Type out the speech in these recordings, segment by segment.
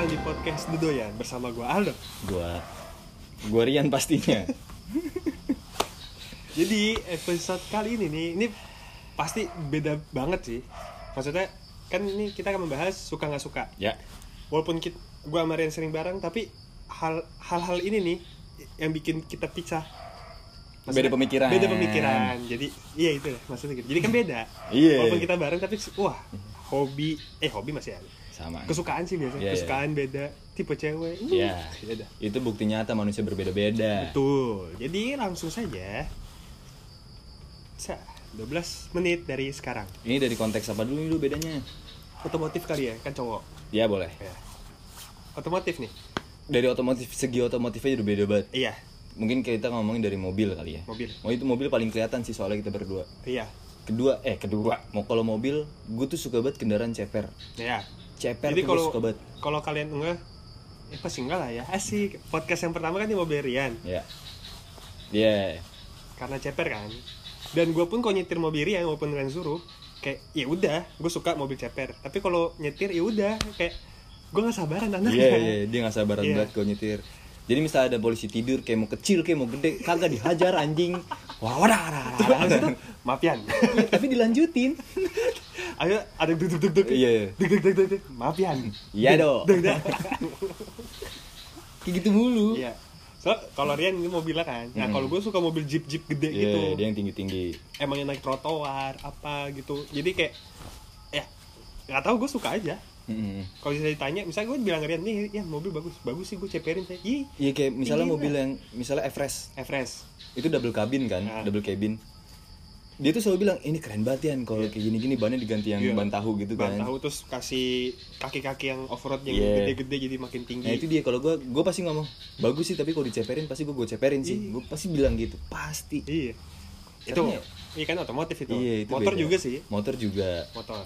di podcast Dudoyan bersama gua Aldo. gua gua Rian pastinya Jadi episode kali ini nih, ini pasti beda banget sih. Maksudnya kan ini kita akan membahas suka nggak suka. ya Walaupun kita, gua sama Rian sering bareng, tapi hal- hal-hal ini nih yang bikin kita pisah. Beda pemikiran. Beda pemikiran. Jadi iya itu deh maksudnya gitu. Jadi kan beda. Iya. Walaupun kita bareng tapi wah hobi eh hobi masih ada. sama Kesukaan sih biasanya. Iya, iya. Kesukaan beda, tipe cewek. Hmm, Iya. beda. itu bukti nyata manusia berbeda-beda Betul. Jadi langsung saja. Sa- 12 menit dari sekarang. ini dari konteks apa dulu nih, dulu bedanya Otomotif kali ya, kan cowok. ya boleh Ya. Otomotif nih. dari otomotif segi otomotif aja udah beda banget Iya, mungkin kita ngomongin dari mobil kali ya Mobil. oh itu mobil paling kelihatan sih soalnya kita berdua iya. kedua eh kedua mau kalau mobil gue tuh suka banget kendaraan ceper Ya. ceper Jadi tuh gua kalau suka banget kalau kalian enggak eh pasti enggak lah ya. Asik. Podcast yang pertama kan di mobil Rian ya ya karena ceper kan. Dan gue pun kalau nyetir mobil Rian walaupun Rian suruh kayak ya udah, gue suka mobil ceper. Tapi kalau nyetir ya udah kayak gue nggak sabaran anaknya. Iya, iya, dia nggak sabaran ya? Iya. banget kalau nyetir. Jadi misalnya ada polisi tidur kayak mau kecil kayak mau gede, kagak dihajar anjing. Wah, wadah, wadah, wadah, Terus habis wadah. itu, maaf Yan. Iya, tapi dilanjutin. Ayo ada duduk duduk duduk. Iya, iya. Duduk duduk duduk duduk. Maaf Yan. Iya dong. Duduk duduk. Kayak gitu mulu. Iya. So kalau Rian ini mobilnya kan. Nah Mm. kalau gue suka mobil jeep jeep gede Iya, gitu. dia yang tinggi-tinggi. Emang yang naik trotoar apa gitu. Jadi kayak ya nggak tahu gue suka aja. Mm-mm. Kalau saya ditanya, misalnya gue bilang ke Rian nih, ya mobil bagus, bagus sih gue ceperin saya. Ih, Iya kayak misalnya Tinggi mobil yang misalnya Everest Everest. itu double cabin kan, Ah. double cabin. Dia tuh selalu bilang ini keren banget ya kalau kayak gini-gini bannya diganti yang Iya. ban tahu gitu kan. Bahan tahu terus kasih kaki-kaki yang off-road yang Iya. gede-gede jadi makin tinggi. Nah itu dia kalau gue gue pasti ngomong bagus sih tapi kalau diceperin pasti gue gue ceperin sih. Gue pasti bilang gitu pasti. Iya. Itu Caranya- iya kan otomotif itu. Iya itu Motor beda. juga sih, Motor juga. motor.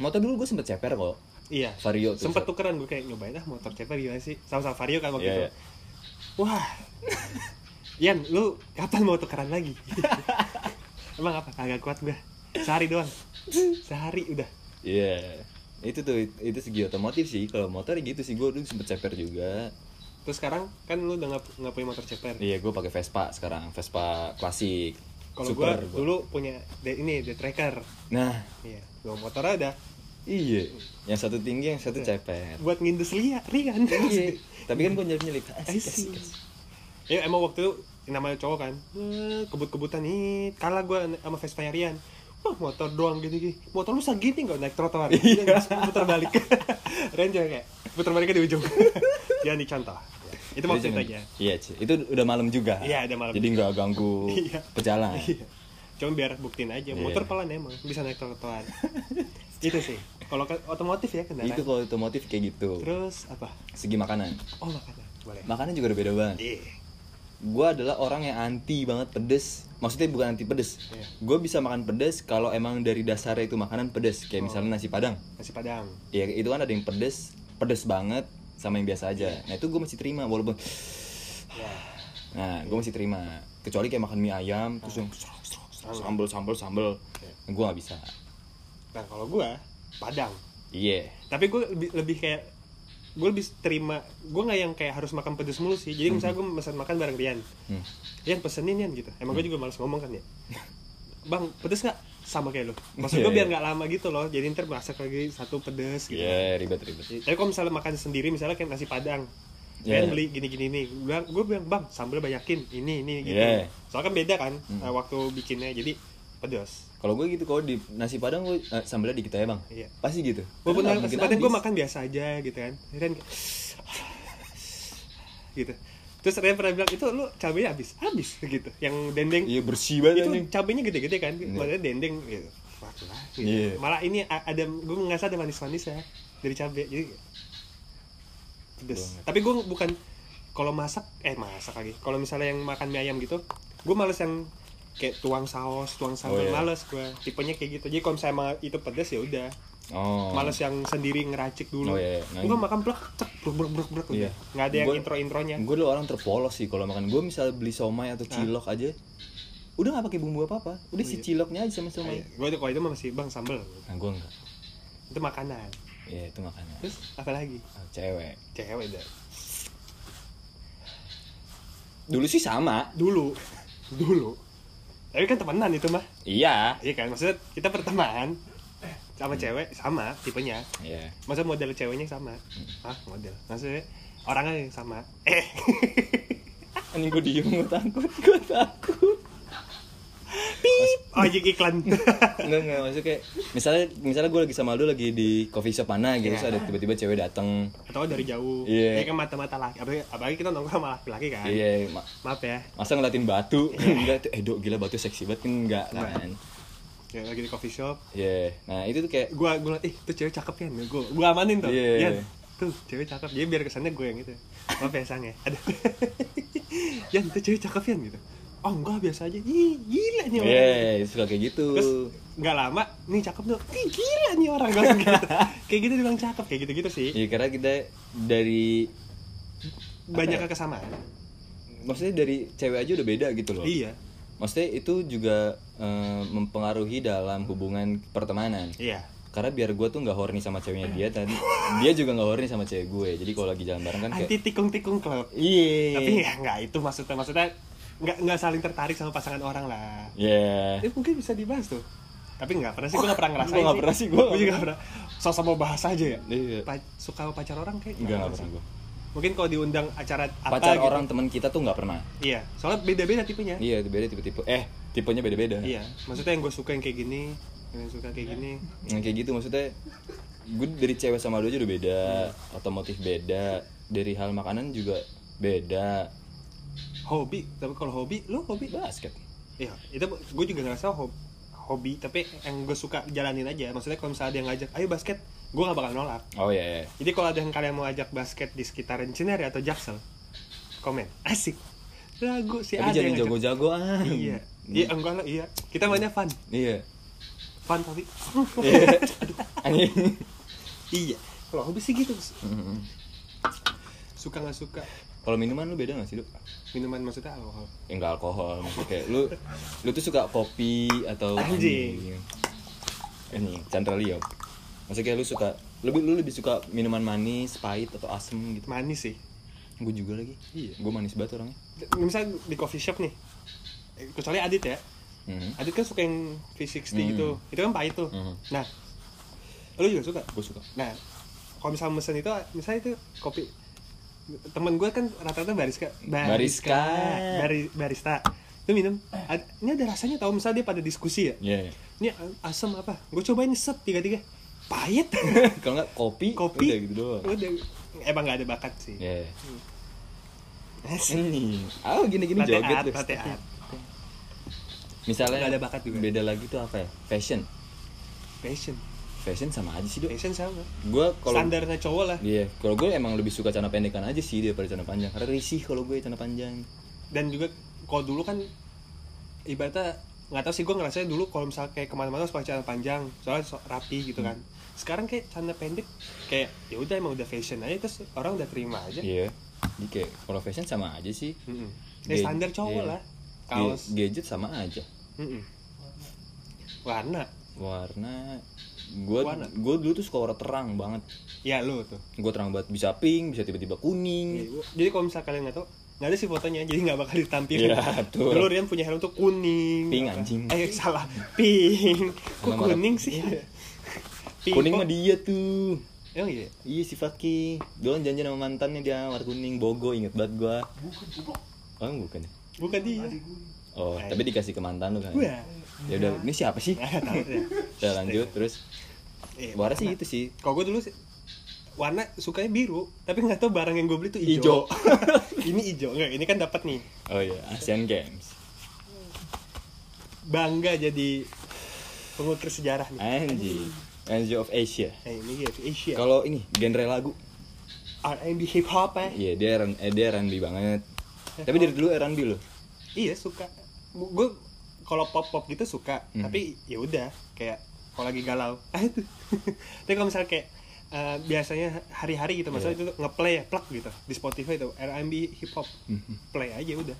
Motor dulu gue sempet ceper kok. Iya. Vario tuh. Sempet tukeran gue kayak nyobain ah motor ceper gimana sih? Sama-sama Vario kan waktu Iya, itu. iya. Wah. Yan, lu kapan mau tukeran lagi? Emang apa? Kagak kuat gue. Sehari doang. Sehari udah. Iya. Itu tuh it- itu segi otomotif sih. Kalau motor ya gitu sih gue dulu sempet ceper juga. Terus sekarang kan lu udah nggak nggak punya motor ceper. Iya gue pakai Vespa sekarang. Vespa klasik. Kalau gue Super gua. dulu punya de- ini the tracker. Nah Iya. Dua motor ada iya. Yang satu tinggi yang satu ceper. buat ngindes lia, Rian. Iya. Tapi kan gue nyelip nyelip. Asik, Ya emang waktu itu namanya cowok kan, eh, kebut-kebutan nih, kalah gua sama Vespa Rian. Wah motor doang gini-gini, motor lu segini nggak naik trotoar, Iya. Terus putar balik. Rian jangan kayak, putar baliknya di ujung. jangan dicontoh. Ya, Itu Jadi jangan- maksudnya aja. Iya, Ci. itu udah malam juga. Iya, udah malam. Jadi nggak ganggu Iya. pejalan. Iya. Cuma biar buktiin aja, Iya. motor pelan emang, bisa naik trotoar. Itu sih, kalau ke- otomotif ya kendaraan. Itu kalau otomotif kayak gitu. Terus apa? Segi makanan. Oh makanan, boleh. Makanan juga udah beda banget. Iya. gue adalah orang yang anti banget pedes maksudnya bukan anti pedes Iya. gue bisa makan pedes kalau emang dari dasarnya itu makanan Oh. pedes kayak misalnya nasi padang Nasi padang. ya itu kan ada yang pedes pedes banget sama yang biasa aja nah itu gue masih terima walaupun Ya. nah gue masih terima kecuali kayak makan mie ayam terus yang serok, serok, serok, sambel sambel sambel gue nggak bisa Nah kalau gua padang. iya tapi gue lebih, lebih kayak gue lebih terima gue nggak yang kayak harus makan pedes mulu sih jadi misalnya gue pesan makan bareng Rian Hmm. Rian pesenin Rian gitu emang gue juga malas ngomong kan ya bang pedes nggak sama kayak lo maksud Iya, gue biar iya. nggak lama gitu loh jadi ntar masak lagi satu pedes gitu iya ribet ribet tapi kalau misalnya makan sendiri misalnya kayak nasi padang Iya. Rian beli gini-gini nih gue bilang, gue bilang bang sambal banyakin ini ini gitu Iya. Hmm. soalnya kan beda kan eh, waktu bikinnya jadi pedes kalau gue gitu kalau di nasi padang gue sambelnya dikit aja bang Iya. pasti gitu Walaupun Karena nggak nasi mungkin padang gue habis. makan biasa aja gitu kan Rian kayak, gitu Terus Rian pernah bilang, itu lu cabenya habis? Habis gitu Yang dendeng iya bersih Itu banget anjing. cabenya gede-gede kan Maksudnya dendeng gitu Fuck lah, gitu. Iya. Malah ini a- ada Gue ngerasa ada manis-manis ya Dari cabe Jadi Pedes Banget. Tapi gue bukan Kalau masak Eh masak lagi Kalau misalnya yang makan mie ayam gitu Gue males yang Kayak tuang saus Tuang sambal Oh, iya. Males gue Tipenya kayak gitu Jadi kalau misalnya emang itu pedes ya udah oh males yang sendiri ngeracik dulu. Oh, iya, iya. Nah, Gua iya. makan blek cek bruk bruk bruk bruk udah. Iya. gitu. Nggak ada yang Gua- intro-intronya. gue dulu orang terpolos sih kalau makan gue misalnya beli somai atau cilok aja udah nggak pakai bumbu apa apa Oh, iya. Ah, udah si ciloknya aja sama somai Gue tuh kalau itu mah masih bang sambel. nah gue enggak Itu makanan. ya itu makanya terus apa lagi Ah, cewek cewek dah dulu sih sama dulu dulu tapi kan temenan itu mah iya iya kan maksudnya kita pertemanan sama Hmm. cewek sama tipenya iya masa model ceweknya sama Hmm. ah model maksudnya orangnya yang sama eh ini gue diem gue takut gue takut pip oh jadi iklan Enggak, enggak, maksudnya kayak Misalnya, misalnya gue lagi sama lu lagi di coffee shop mana gitu Terus Iya. ada tiba-tiba cewek dateng atau dari jauh Iya Iya. kan mata-mata laki apalagi, apalagi kita nongkrong sama laki-laki kan Iya, ma- maaf ya masa ngeliatin batu Enggak, tuh, eh dok gila batu seksi banget kan enggak kan ya, lagi di coffee shop Iya, nah itu tuh kayak gua gua liat, ih tuh cewek cakep ya gua gua amanin tuh Iya. Yan, tuh cewek cakep jadi biar kesannya gue yang gitu maaf ya sang ya ada Yan tuh cewek cakep ya gitu oh enggak biasa aja Ih, gila nih orang Iya, suka kayak gitu terus nggak lama nih cakep tuh Ih, gila nih orang Gua langsung gitu. kayak gitu dibilang cakep kayak gitu gitu sih Iya, karena kita dari banyak kesamaan Maksudnya dari cewek aja udah beda gitu loh iya Maksudnya itu juga eh, mempengaruhi dalam hubungan pertemanan iya karena biar gue tuh nggak horny sama ceweknya dia tadi dia juga nggak horny sama cewek gue jadi kalau lagi jalan bareng kan kayak anti tikung tikung klub tapi Iya. ya nggak itu maksudnya maksudnya nggak nggak saling tertarik sama pasangan orang lah Iya. Eh mungkin bisa dibahas tuh. Tapi nggak pernah sih, gue nggak pernah ngerasain Gua nggak pernah sih, gua Gua juga nggak pernah. Sosok mau bahas aja ya. Iya. Pa- suka sama pacar orang kayak Enggak enggak pernah gue. Mungkin kalau diundang acara apa Pacar gitu. orang teman kita tuh nggak pernah. Iya, soalnya beda-beda tipenya. Iya. Iya, itu beda tipe-tipe. Eh, tipenya beda-beda. maksudnya yang gue suka yang kayak gini, yang suka kayak gini. Yang kayak gitu maksudnya gue dari cewek sama lu aja udah beda, otomotif beda, dari hal makanan juga beda. Hobi, tapi kalau hobi, lo hobi? Basket. Iya, itu gue juga ngerasa hobi hobi tapi yang gue suka jalanin aja maksudnya kalau misalnya ada yang ngajak ayo basket gue gak bakal nolak Oh iya. iya. Jadi kalau ada yang kalian mau ajak basket di sekitaran Cinere atau Jaksel, komen. Asik. Lagu si ada Tapi jangan Gitu. yang ajak. jago-jagoan. Iya. Iya, enggak lah, iya. Kita mainnya fun. Iya. Fun tapi. Iya. Anjing. iya. Kalau hobi sih gitu. Suka nggak suka Kalau minuman lu beda gak sih, Dok? minuman maksudnya alkohol. Ya nggak alkohol, maksudnya kayak lu lu tuh suka kopi atau Anjing. Ini Chandra Leo. Maksudnya kayak lu suka lebih lu lebih suka minuman manis, pahit atau asem gitu. Manis sih. Gue juga lagi. Iya. Gue manis banget orangnya. Misalnya di coffee shop nih. Eh, Kecuali Adit ya. Hmm. Adit kan suka yang V60 Hmm. gitu. Itu kan pahit tuh. Hmm. Nah, lu juga suka? Gue suka. Nah, kalau misalnya mesen itu, misalnya itu kopi temen gue kan rata-rata bariska, Bariska. bari- barista. Itu minum. Ad- ini ada rasanya tau misalnya dia pada diskusi ya. Iya. Ini a- asam apa? Gue cobain set tiga-tiga. Pahit. Kalau nggak kopi, kopi. udah gitu doang. Udah. Emang gak ada bakat sih. Iya. Asik. Ini. Ah, gini-gini Latte joget art, deh. latte art. Misalnya Nggak ada bakat juga. Beda lagi tuh apa ya? Fashion. Fashion. Fashion sama aja sih, Dok. Fashion sama. Gue kalau Standarnya cowok lah. Iya, kalau gue emang lebih suka celana pendekan aja sih daripada celana panjang. Karena risih kalau gue celana panjang. Dan juga kalau dulu kan ibaratnya nggak tahu sih gue ngerasanya dulu kalau misalnya kayak kemana-mana harus pakai celana panjang soalnya so- rapi gitu kan Hmm. sekarang kayak celana pendek kayak ya udah emang udah fashion aja terus orang udah terima aja Iya. Jadi kayak kalau fashion sama aja sih. Mm-mm. ya Iya. standar cowok lah kaos Kaos. Gadget sama aja. Mm-mm. warna Warna gue Warna. gue dulu tuh suka warna terang banget. ya lu tuh Gue terang banget bisa pink, bisa tiba-tiba Jadi kuning. gua- jadi kalau misalnya kalian nggak tahu nggak ada sih fotonya jadi nggak bakal ditampilin Iya, betul. dulu Rian punya helm tuh kuning Pink, apa. anjing. Iya. eh salah pink kok Warna merah. kuning sih Pink, Kuning kok- mah dia tuh. emang iya Iya si Faki. Dulu kan janjian sama mantannya dia warna kuning bogo inget banget gue. Oh bukan. ya? bukan dia Oh, Eh. tapi dikasih ke mantan lu kan. Gua. Ya udah, ini siapa sih? Nggak Nah, tahu deh. Udah lanjut terus Eh, Warna sih itu sih Kalau gue dulu sih warna sukanya biru, tapi nggak tahu barang yang gue beli tuh Ijo. hijau. ini hijau enggak? Ini kan dapat nih. Oh iya, Asian Games Bangga jadi pengukir sejarah Ah. nih. Anji Anji of Asia Eh, ini gitu, Asia. Kalau ini, genre lagu R&B hip hop eh. Iya, dia, R- eh, dia R&B banget Tapi dari dulu R&B loh Iya, suka. Gue kalau pop-pop gitu suka, Hmm. tapi ya udah kayak kalau lagi galau. Ah itu. tapi kalau misalnya kayak eh, biasanya hari-hari gitu maksudnya Iya. itu tuh ngeplay ya plak gitu di Spotify itu R&B hip hop Hmm. play aja udah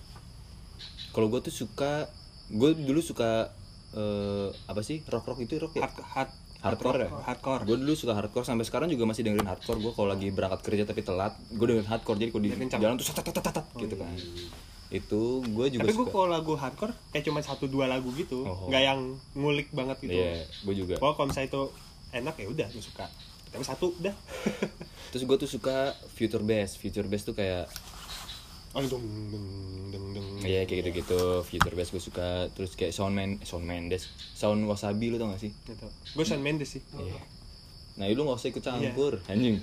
Kalau gue tuh suka Gue dulu suka eh, Apa sih, rock-rock itu rock ya? hard, hard hardcore ya hardcore gue dulu suka hardcore sampai sekarang juga masih dengerin hardcore gue kalau lagi berangkat kerja tapi telat gue dengerin hardcore jadi kalau di Biar kencang. Oh iya. jalan tuh tat, tat, tat, tat, tat, gitu kan itu gue juga tapi gue suka kalau lagu hardcore kayak cuma satu dua lagu gitu Oh. nggak yang ngulik banget gitu Iya, gue juga Pokoknya kalau misalnya itu enak ya udah gue suka tapi satu udah terus gue tuh suka future bass future bass tuh kayak oh dong dong dong dong Iya kayak gitu-gitu Future Bass gue suka Terus kayak Sound Man Sound Mendes Sound Wasabi lu tau gak sih? gitu gue Shawn Mendes sih Iya Nah lu gak usah ikut campur Iya. Anjing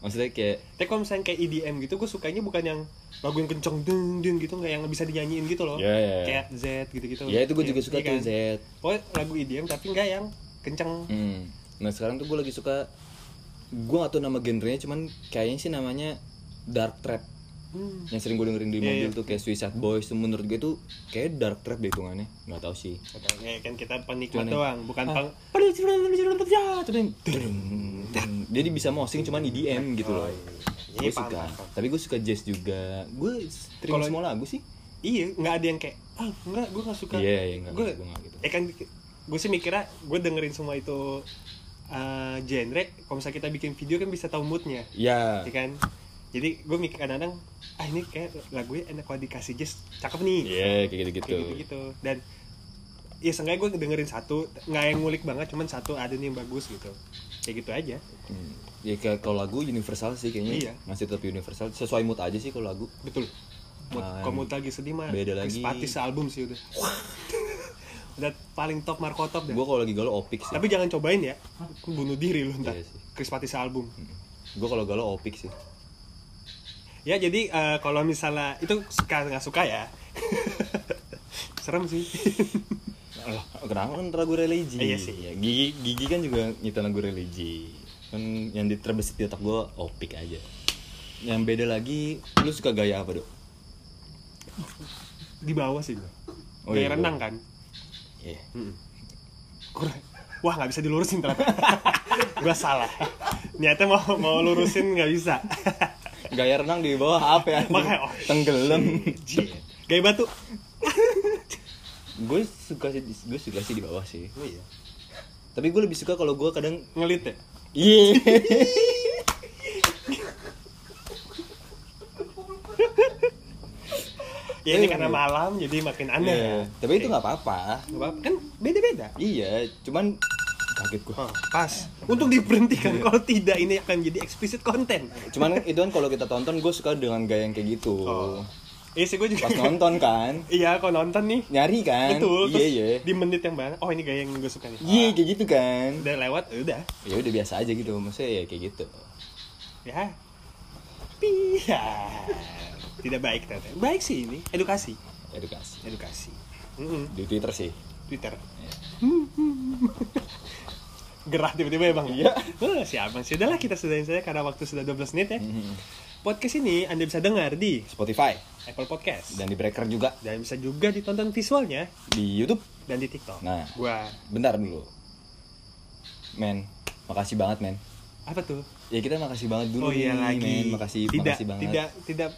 Maksudnya kayak tapi kalau misalnya kayak EDM gitu gue sukanya bukan yang lagu yang kenceng deng deng gitu nggak yang bisa dinyanyiin gitu loh Iya, iya, iya. kayak Z gitu gitu Ya itu gue juga suka tuh Z pokoknya lagu EDM tapi nggak yang kenceng Hmm. Nah sekarang tuh gue lagi suka Gue gak tau nama genrenya Cuman kayaknya sih namanya Dark Trap Hmm. Yang sering gue dengerin Iya, di mobil tuh Kayak Suicide Boys tuh menurut gue tuh Kayak Dark Trap deh hitungannya Gak tau sih Atau, ya kan kita penikmat Cuman yang- doang bukan peng ya, Jadi bisa mosing cuman EDM gitu loh Iya, Gue paham, suka paham. Tapi gue suka jazz juga Gue terima Kalau- semua lagu sih iya nggak ada yang kayak ah nggak gue nggak suka Iya, iya, nggak, gue gue nggak gitu. eh kan gue sih mikirnya gue dengerin semua itu eh, genre kalau misalnya kita bikin video kan bisa tahu moodnya Ya ya kan jadi gue mikir kadang-kadang ah ini kayak lagunya enak kalau dikasih jazz cakep nih Iya kayak gitu-gitu kayak gitu-gitu dan ya seenggaknya gue dengerin satu nggak yang ngulik banget cuman satu ada nih yang bagus gitu kayak gitu aja Hmm. Ya kayak kalau lagu universal sih kayaknya Iya. Masih tetap universal Sesuai mood aja sih kalau lagu betul mood, Ah, kalau mood lagi sedih mah beda Chris lagi. Patih sealbum sih udah udah paling top Marco top dah Gue kalau lagi galau opik sih tapi jangan cobain ya bunuh diri lu ntar Iya sih. Hmm. Chris Patih sealbum Gue kalau galau opik sih ya jadi eh, kalau misalnya itu suka nggak suka ya serem sih Alah, kenapa kan lagu religi? Iya sih. Ya, gigi, gigi kan juga nyetel lagu religi. Kan yang di- terbesit di otak gue opik aja. Yang beda lagi, lu suka gaya apa, Dok? di bawah sih Bro. Oh, Gaya iya, renang gua- kan Iya. Mm-mm. kurang wah nggak bisa dilurusin ternyata gua salah niatnya mau mau lurusin nggak bisa Gaya renang di bawah apa ya? Makanya, oh, Tenggelam. Jit. gaya batu gue suka sih gue suka sih di bawah sih. oh, iya. Tapi gue lebih suka kalau gue kadang ngelit ya Iya. ya ini karena malam jadi makin aneh ya Iya. Tapi itu nggak apa-apa. Nggak apa-apa. kan beda beda Iya, cuman kaget Oh. gue. pas untuk diberhentikan Iya. kalau tidak ini akan jadi eksplisit konten Cuman itu kan kalau kita tonton gue suka dengan gaya yang kayak gitu. oh. iya sih gue juga Pas nonton kan. iya kalau nonton nih nyari kan betul iya terus iya di menit yang mana oh ini gaya yang gue suka nih iya kayak gitu kan udah lewat ya udah ya udah biasa aja gitu maksudnya ya kayak gitu ya Pi- ya tidak baik ternyata baik sih ini edukasi edukasi edukasi Mm-mm. di twitter sih twitter Ya. gerah tiba-tiba ya bang Iya. Eh, si abang sih udahlah kita sudahin saja karena waktu sudah 12 menit ya Hmm. podcast ini anda bisa dengar di Spotify Apple Podcast dan, dan di breaker juga bisa juga ditonton visualnya di YouTube dan di TikTok Nah. gua bentar dulu men makasih banget men apa tuh ya kita makasih banget dulu oh iya nih, lagi men makasih tidak makasih banget tidak tidak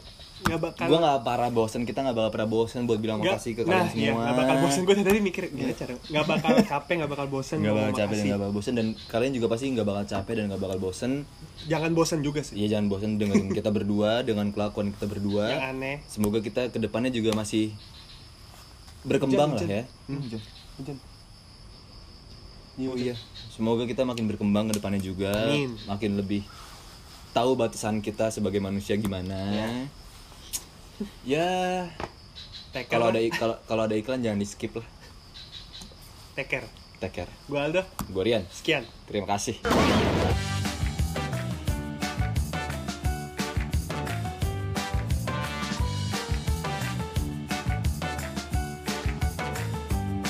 nggak bakal gue nggak parah bosen kita nggak bakal pernah bosen buat bilang Nggak- makasih ke nah, kalian semua iya, nggak bakal bosen gue tadi mikir gimana cara nggak bakal capek nggak bakal bosen Nggak ngomong bakal capek dan makasih. nggak bakal bosen dan kalian juga pasti nggak bakal capek dan nggak bakal bosen jangan bosen juga sih Iya jangan bosan dengerin kita berdua dengan kelakuan kita berdua. Yang aneh. Semoga kita kedepannya juga masih berkembang Hujan, Hmm, lah ya. hujan hujan Iya, iya. Semoga kita makin berkembang kedepannya juga, Amin. makin lebih tahu batasan kita sebagai manusia gimana. Ya, take care kalau ada lah. ik- kalau kalau ada iklan jangan di skip lah. take care Take care. gue Aldo Gue Rian. sekian Terima kasih.